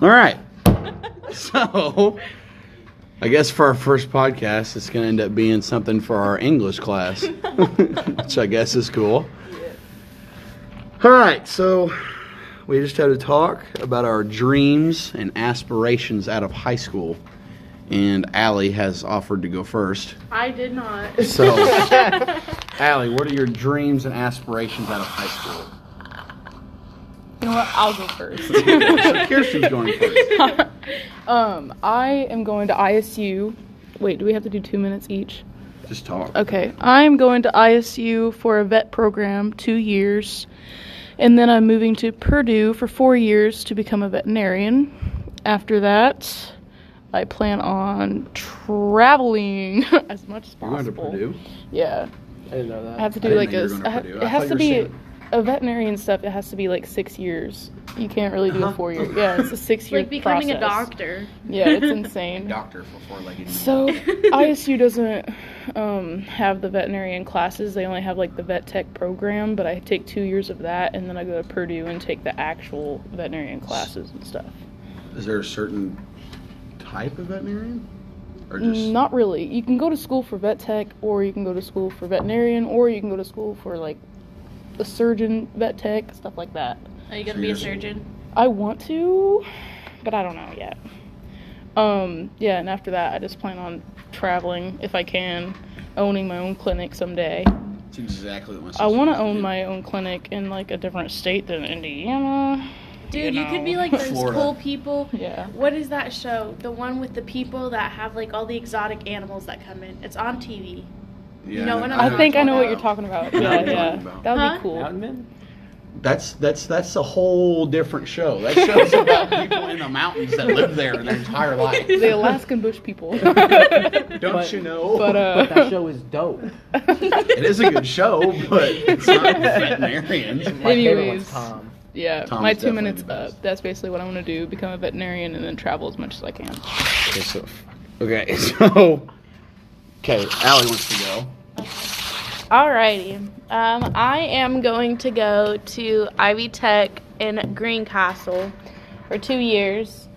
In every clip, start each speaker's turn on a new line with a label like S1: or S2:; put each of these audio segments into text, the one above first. S1: All right. so, I guess for our first podcast, it's going to end up being something for our English class, which I guess is cool. All right. So, we just had a talk about our dreams and aspirations out of high school. And Allie has offered to go first.
S2: I did not.
S1: So, Allie, what are your dreams and aspirations out of high school?
S3: You know what? I'll go first.
S1: So, Kirsten's going first.
S3: um, I am going to ISU. Wait, do we have to do two minutes each?
S1: Just talk.
S3: Okay. I am going to ISU for a vet program, two years, and then I'm moving to Purdue for four years to become a veterinarian. After that, I plan on traveling as much as
S1: You're going to
S3: possible.
S1: Purdue.
S3: Yeah.
S4: I didn't know
S3: I have to
S1: I
S3: do
S1: didn't
S3: like
S1: know you were
S3: a.
S1: going to
S3: I ha-
S1: Purdue. I
S3: it has
S1: thought
S3: to
S1: you were
S3: be a veterinarian stuff. It has to be like six years. You can't really
S1: Uh-huh.
S3: do a four year. Yeah, it's a six
S2: It's
S3: year.
S2: like becoming a
S3: process.
S2: doctor.
S3: Yeah, it's insane.
S1: Doctor for four-legged.
S3: so ISU doesn't um, have the veterinarian classes. They only have like the vet tech program. But I take two years of that, and then I go to Purdue and take the actual veterinarian classes and stuff.
S1: Is there a certain type of veterinarian? Or just
S3: Not really. You can go to school for vet tech, or you can go to school for veterinarian, or you can go to school for like a surgeon, vet tech, stuff like that.
S2: Are Oh, you gonna be a surgeon?
S3: I want to, but I don't know yet. Um, yeah, and after that, I just plan on traveling if I can, owning my own clinic someday.
S1: it's exactly what my
S3: I
S1: sister
S3: want
S1: wants
S3: to own
S1: do.
S3: my own clinic in like a different state than Indiana.
S2: Dude, you, could be
S3: know.
S2: like those
S1: Florida.
S2: cool people.
S3: Yeah.
S2: What is that show? The one with the people that have like all the exotic animals that come in. It's on TV.
S1: Yeah,
S2: you know what I'm
S3: I
S2: know
S3: think I know
S2: talking
S3: what you're
S2: about.
S3: talking about.
S1: know
S3: Yeah,
S1: what you're
S3: yeah.
S1: talking about.
S3: That would
S2: Huh?
S3: be cool.
S4: Mountain Men?
S1: That's that's that's a whole different show. That show's about people in the mountains that live there their entire life.
S3: The Alaskan bush people.
S1: Don't you know?
S3: But uh,
S4: But that show is dope.
S1: it is a good show, but it's not veterinarians.
S4: My favorite
S3: Anyways.
S4: one's Tom.
S3: yeah,
S1: Tom's
S3: my two
S1: definitely
S3: minutes
S1: the best.
S3: up. That's basically what I want to do: become a veterinarian and then travel as much as I can.
S1: Okay, so okay, so okay, Allie wants to go.
S2: Alrighty. Um, I am going to go to Ivy Tech in Greencastle for two years.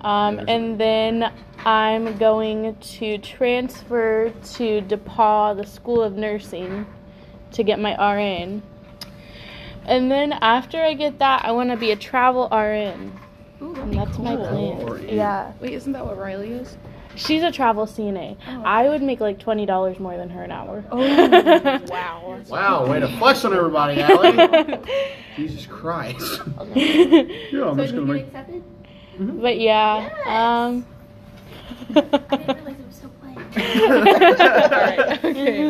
S2: Um, and then I'm going to transfer to DePaul, the School of Nursing, to get my RN. And then after I get that, I want to be a travel RN. and that's my plan. Yeah.
S5: Wait, isn't that what Riley is?
S2: She's a travel CNA. I would make like $20 more than her an hour.
S5: Wow.
S1: Wow, way to flex on everybody, Allie. Jesus Christ. Yeah, I'm just gonna make
S5: accepted?
S2: But yeah, um,
S5: I didn't realize it was so quiet.
S2: Mhm.
S3: Okay.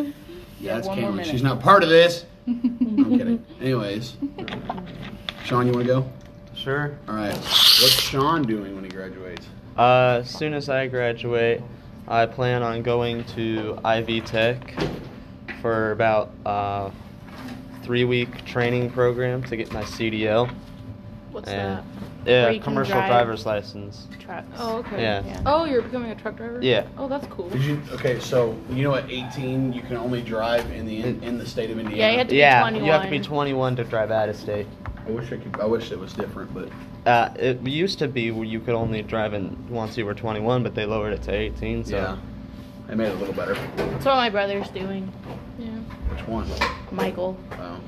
S1: Yeah, that's
S3: one more
S1: Cameron.
S3: minute.
S1: She's not part of this. I'm kidding. Anyways, Sean, you want to go?
S4: Sure.
S1: All right. What's Sean doing when he graduates?
S4: Uh, as soon as I graduate, I plan on going to Ivy Tech for about uh, three-week training program to get my CDL.
S3: What's
S4: and,
S2: Where
S4: Yeah,
S2: you can
S4: commercial
S2: drive.
S4: driver's license.
S2: that? Trucks.
S3: Oh, okay.
S4: Yeah.
S3: Oh, you're becoming a truck driver?
S4: Yeah.
S3: Oh, that's cool.
S1: Did you? Okay, so you know at 18 you can only drive in the in, in the state of Indiana.
S2: Yeah, you have to
S4: yeah,
S2: be 21.
S4: you have to be 21 to drive out of state.
S1: I wish I could. I wish it was different, but
S4: Uh, it used to be where you could only drive in once you were 21, but they lowered it to 18. So
S1: yeah, I made it a little better.
S2: That's what my brother's doing,
S1: Which one?
S2: Michael.
S1: Oh,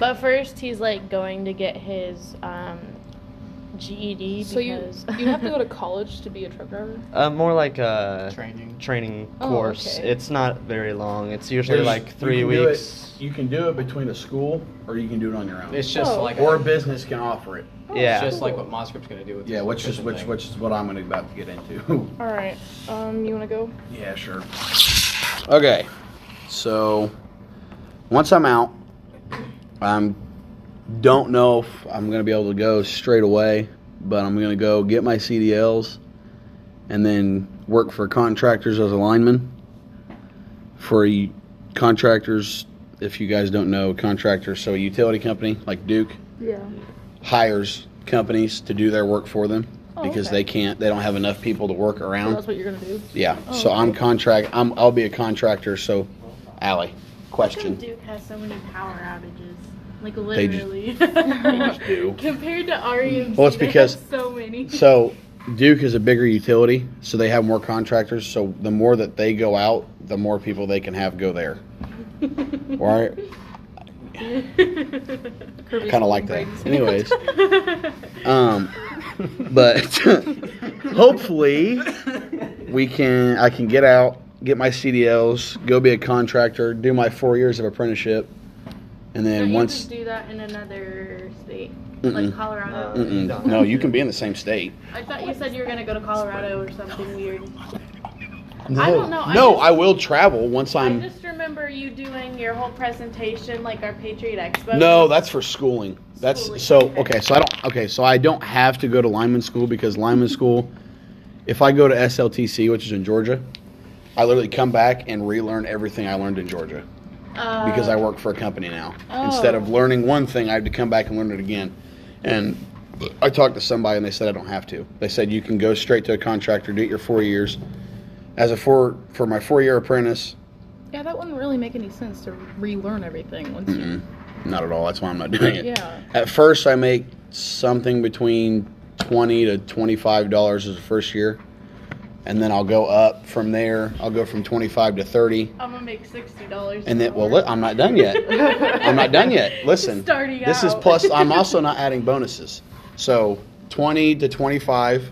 S2: But first, he's like going to get his um, GED
S3: So you
S2: because
S3: you have to go to college to be a truck driver?
S4: uh, more like a
S1: training.
S4: training
S3: Oh,
S4: course.
S3: okay.
S4: It's not very long. It's usually like three weeks.
S1: You can do it between a school, or you can do it on your own.
S6: It's just
S3: Oh.
S6: like
S1: or a business can offer it.
S4: yeah.
S6: it's just like what MyScript's gonna do with
S1: Yeah,
S6: this
S1: which is
S6: subscription
S1: which
S6: thing.
S1: which is what I'm gonna about to get into.
S3: All right. Um, you want to go?
S1: Yeah, sure. Okay, so once I'm out, I'm don't know if I'm gonna be able to go straight away, but I'm gonna go get my CDLs and then work for contractors as a lineman. For y- contractors, if you guys don't know, contractors, so a utility company like Duke
S3: Yeah.
S1: hires companies to do their work for them
S3: Oh,
S1: because
S3: okay.
S1: they can't, they don't have enough people to work around.
S3: that's what you're gonna do.
S1: Yeah.
S2: Oh.
S1: so I'm contract. I'm. I'll be a contractor. So, Allie, question.
S2: Duke has so many power outages. Like
S1: They just-
S2: literally.
S1: just do.
S2: Compared to REMC,
S1: Well, it's
S2: they
S1: because-
S2: have so many.
S7: uni.
S1: So Duke is a bigger utility, so they have more contractors. So the more that they go out, the more people they can have go there. Right? I kind of like that. Anyways, um, but hopefully we can. I can get out, get my CDLs, go be a contractor, do my four years of apprenticeship, and then
S2: Don't you
S1: once.
S2: just do that in another state,
S1: Mm-mm.
S2: like
S6: uh,
S2: Colorado.
S4: No.
S1: Mm-mm. No, you can be in the same state.
S2: I thought you said you were gonna go to Colorado or something weird. I don't know. I
S1: Oh, No,
S2: just-
S1: I will travel once
S2: I
S1: I'm.
S2: just remember you doing your whole presentation, like our Patriot Expo.
S1: No, that's for schooling. That's
S2: Schooling,
S1: so
S2: okay.
S1: okay. So I don't okay. So I don't have to go to Lyman School because Lyman School, if I go to SLTC, which is in Georgia, I literally come back and relearn everything I learned in Georgia
S2: Uh, oh.
S1: because I work for a company now. Instead of learning one thing, I have to come back and learn it again. And I talked to somebody and they said I don't have to. They said you can go straight to a contractor, do it your four years. As a four for my four year apprentice,
S7: Yeah, that wouldn't really make any sense to relearn everything once you.
S1: Not at all. That's why I'm not doing it.
S7: Yeah.
S1: At first, I make something between twenty to twenty-five dollars as the first year, and then I'll go up from there. I'll go from twenty-five to thirty,
S2: I'm gonna make sixty dollars.
S1: and then well, look, I'm not done yet. I'm not done yet. Listen,
S2: Starting
S1: this is
S2: out.
S1: plus. I'm also not adding bonuses. So twenty to twenty-five.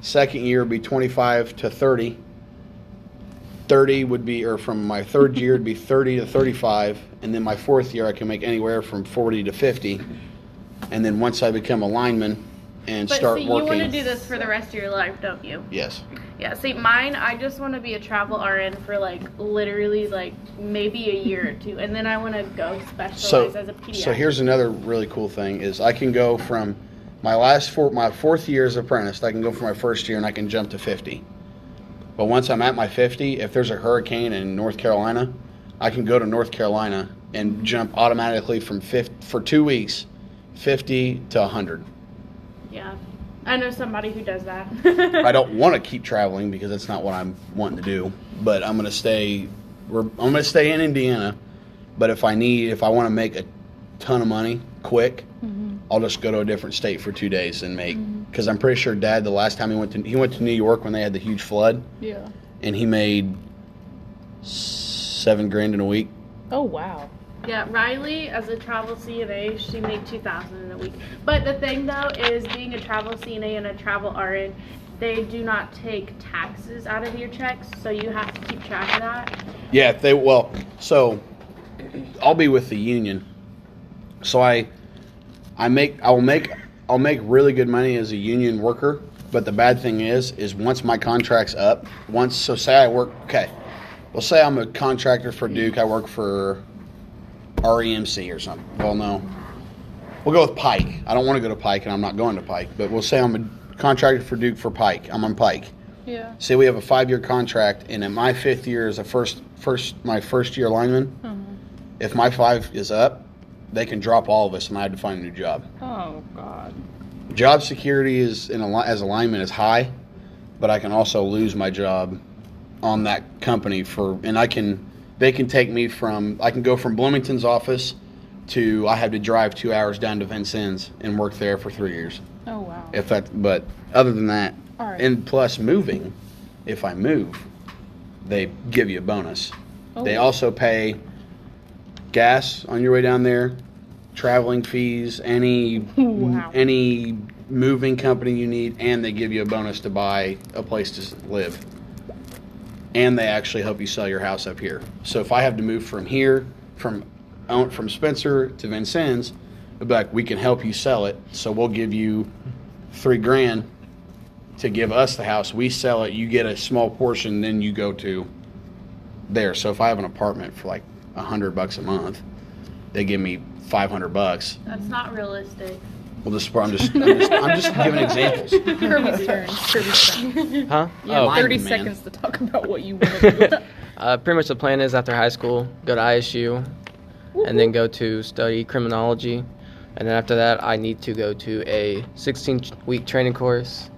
S1: Second year would be twenty-five to thirty. Thirty would be, or from my third year would be thirty to thirty-five, and then my fourth year I can make anywhere from forty to fifty, and then once I become a lineman and
S2: But
S1: start
S2: see,
S1: working.
S2: you want to do this for the rest of your life, don't you?
S1: Yes.
S2: Yeah. See, mine, I just want to be a travel RN for like literally like maybe a year or two, and then I want to go specialize
S1: So,
S2: as a pediatric.
S1: so here's another really cool thing is I can go from my last four, my fourth year as apprentice, I can go for my first year and I can jump to 50. But once I'm at my 50, if there's a hurricane in North Carolina, I can go to North Carolina and jump automatically from 50, for two weeks, 50 to 100.
S2: Yeah. I know somebody who does that.
S1: I don't want to keep traveling because that's not what I'm wanting to do. But I'm gonna stay. We're, I'm gonna stay in Indiana. But if I need, if I want to make a ton of money quick, I'll just go to a different state for two days and make. Because I'm pretty sure Dad, the last time he went to, he went to New York when they had the huge flood,
S7: Yeah.
S1: and he made seven grand in a week.
S7: Oh wow.
S2: Yeah, Riley, as a travel CNA, she made two thousand in a week. But the thing though is, being a travel CNA and a travel RN, they do not take taxes out of your checks, so you have to keep track of that.
S1: Yeah, if they well, so I'll be with the union. So I I make I'll make I'll make really good money as a union worker, but the bad thing is is once my contract's up, once so say I work okay. Well say I'm a contractor for Duke, I work for REMC or something. Well no. We'll go with Pike. I don't want to go to Pike and I'm not going to Pike, but we'll say I'm a contractor for Duke for Pike. I'm on Pike
S7: Yeah.
S1: say we have a five year contract, and in my fifth year as a first first my first year lineman,
S7: Mm-hmm.
S1: if my five is up, they can drop all of us, and I had to find a new job.
S7: Oh god.
S1: Job security is in a, li- as a lineman is high, but I can also lose my job on that company for, and I can they can take me from I can go from Bloomington's office to I have to drive two hours down to Vincennes and work there for three years.
S7: Oh wow.
S1: If that, but other than that,
S7: All right.
S1: and plus moving, if I move, they give you a bonus. They also pay gas on your way down there, traveling fees, any
S7: Wow.
S1: any moving company you need, and they give you a bonus to buy a place to s- live. And they actually help you sell your house up here. So if I have to move from here, from out from Spencer to Vincennes, they'll be like, we can help you sell it. So we'll give you three grand to give us the house. We sell it. You get a small portion. Then you go to there. So if I have an apartment for like a hundred bucks a month, they give me five hundred bucks.
S2: That's not realistic.
S1: Well, this I'm just I'm just, I'm just giving examples.
S7: Kirby's turn. Kirby's turn.
S4: Huh?
S7: You have
S1: Oh.
S7: thirty
S1: Man.
S7: seconds to talk about what you want. to do.
S8: Uh, pretty much the plan is after high school, go to ISU, and then go to study criminology. And then after that, I need to go to a 16 ch- week training course.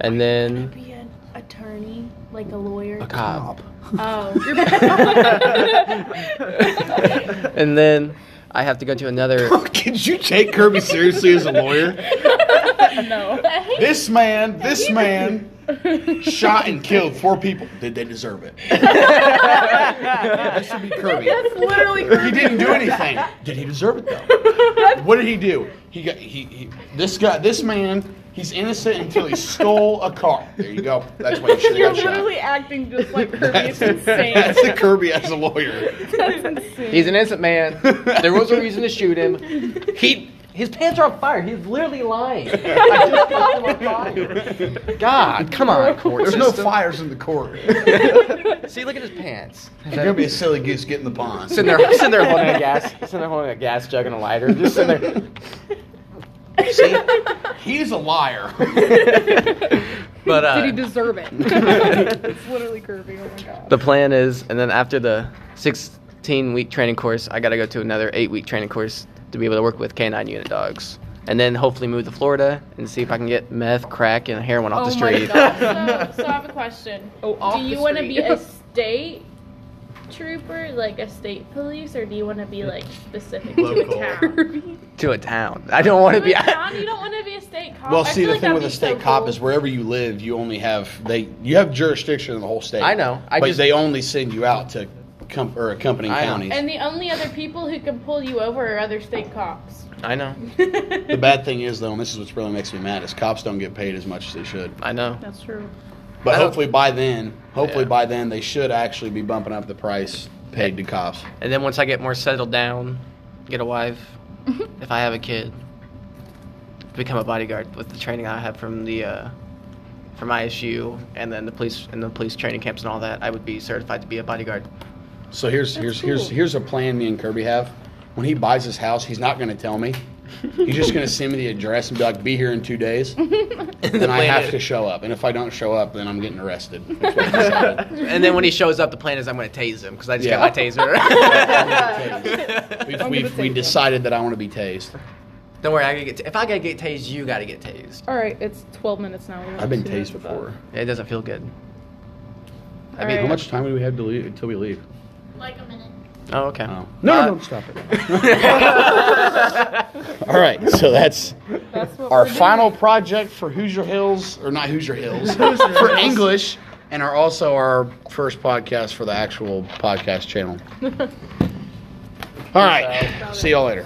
S8: And then
S2: Be an attorney, like a lawyer.
S8: a
S1: Uh,
S8: cop.
S2: Oh,
S8: and then I have to go to another.
S1: Could you take Kirby seriously as a lawyer?
S7: no.
S1: This man, this man shot and killed four people. Did they deserve it? that should be Kirby.
S7: Literally.
S1: He didn't do anything. Did he deserve it though? What did he do? He got he, he this guy this man, he's innocent until he stole a car. There you go. That's why you should
S7: You're
S1: have got shot.
S7: literally acting just like Kirby.
S1: That's,
S7: It's insane.
S1: that's the Kirby as a lawyer.
S7: That's insane.
S8: He's an innocent man. There was a reason to shoot him. He his pants are on fire. He's literally lying. I just got them on fire. God, come on, court
S1: There's no
S8: system.
S1: fires in the court.
S8: See, look at his pants.
S1: You're gonna be a silly goose getting the pond.
S8: Sitting there, sitting there holding a gas, sitting there holding a gas jug and a lighter, just sitting there.
S1: See, he's a liar.
S8: But uh,
S7: Did he deserve it? it's literally Kirby. Oh my god.
S8: the plan is, and then after the 16 week training course, I got to go to another eight week training course to be able to work with canine unit dogs. And then hopefully move to Florida and see if I can get meth, crack, and heroin off the
S7: Oh my
S8: street.
S7: God.
S2: So, so I have a question.
S7: Oh, off
S2: do
S7: the
S2: you want to
S7: street.
S2: be a state trooper, like a state police, or do you want to be like specific
S1: Local.
S2: to a town?
S8: to a town. I don't want to be.
S2: To a town? You don't want to be a state cop.
S1: Well,
S2: I
S1: see,
S2: feel
S1: the
S2: like
S1: thing
S2: that'd
S1: with
S2: be
S1: a state
S2: so
S1: cop
S2: cool.
S1: is wherever you live, you only have they you have jurisdiction in the whole state.
S8: I know. I
S1: but
S8: just-
S1: they only send you out to com- or accompanying
S8: I know.
S1: counties.
S2: And the only other people who can pull you over are other state cops.
S8: I know.
S1: the bad thing is though, and this is what really makes me mad, is cops don't get paid as much as they should.
S8: I know.
S7: That's true.
S1: But
S8: I don't-
S1: hopefully by then, hopefully
S8: Yeah.
S1: by then they should actually be bumping up the price paid to cops.
S8: And then once I get more settled down, get a wife, if I have a kid, become a bodyguard with the training I have from the uh, from ISU and then the police and the police training camps and all that, I would be certified to be a bodyguard.
S1: So here's here's here's here's a plan me and Kirby have. When he buys his house, he's not going to tell me. He's just going to send me the address and be like, "Be here in two days," and I have to show up. And if I don't show up, then I'm getting arrested. That's what he decided.
S8: And then when he shows up, the plan is I'm going to tase him because I just
S1: Yeah.
S8: got my taser.
S1: We've, we've, we decided that I want to be tased.
S8: Don't worry, I gotta get. T- if I gotta get tased, you gotta get tased.
S7: All right, it's 12 minutes now. We
S1: I've been
S7: want to
S1: tased
S7: wrap
S1: before.
S8: It doesn't feel good.
S7: up.
S8: I mean,
S1: How much time do we have to leave until we leave?
S5: Like a minute.
S8: Oh, okay.
S1: Oh. No, no, no, stop it. All right, so that's
S7: That's what
S1: our
S7: we're doing.
S1: final project for Hoosier Hills, or not Hoosier Hills, for English, and are also our first podcast for the actual podcast channel. All right, see y'all later.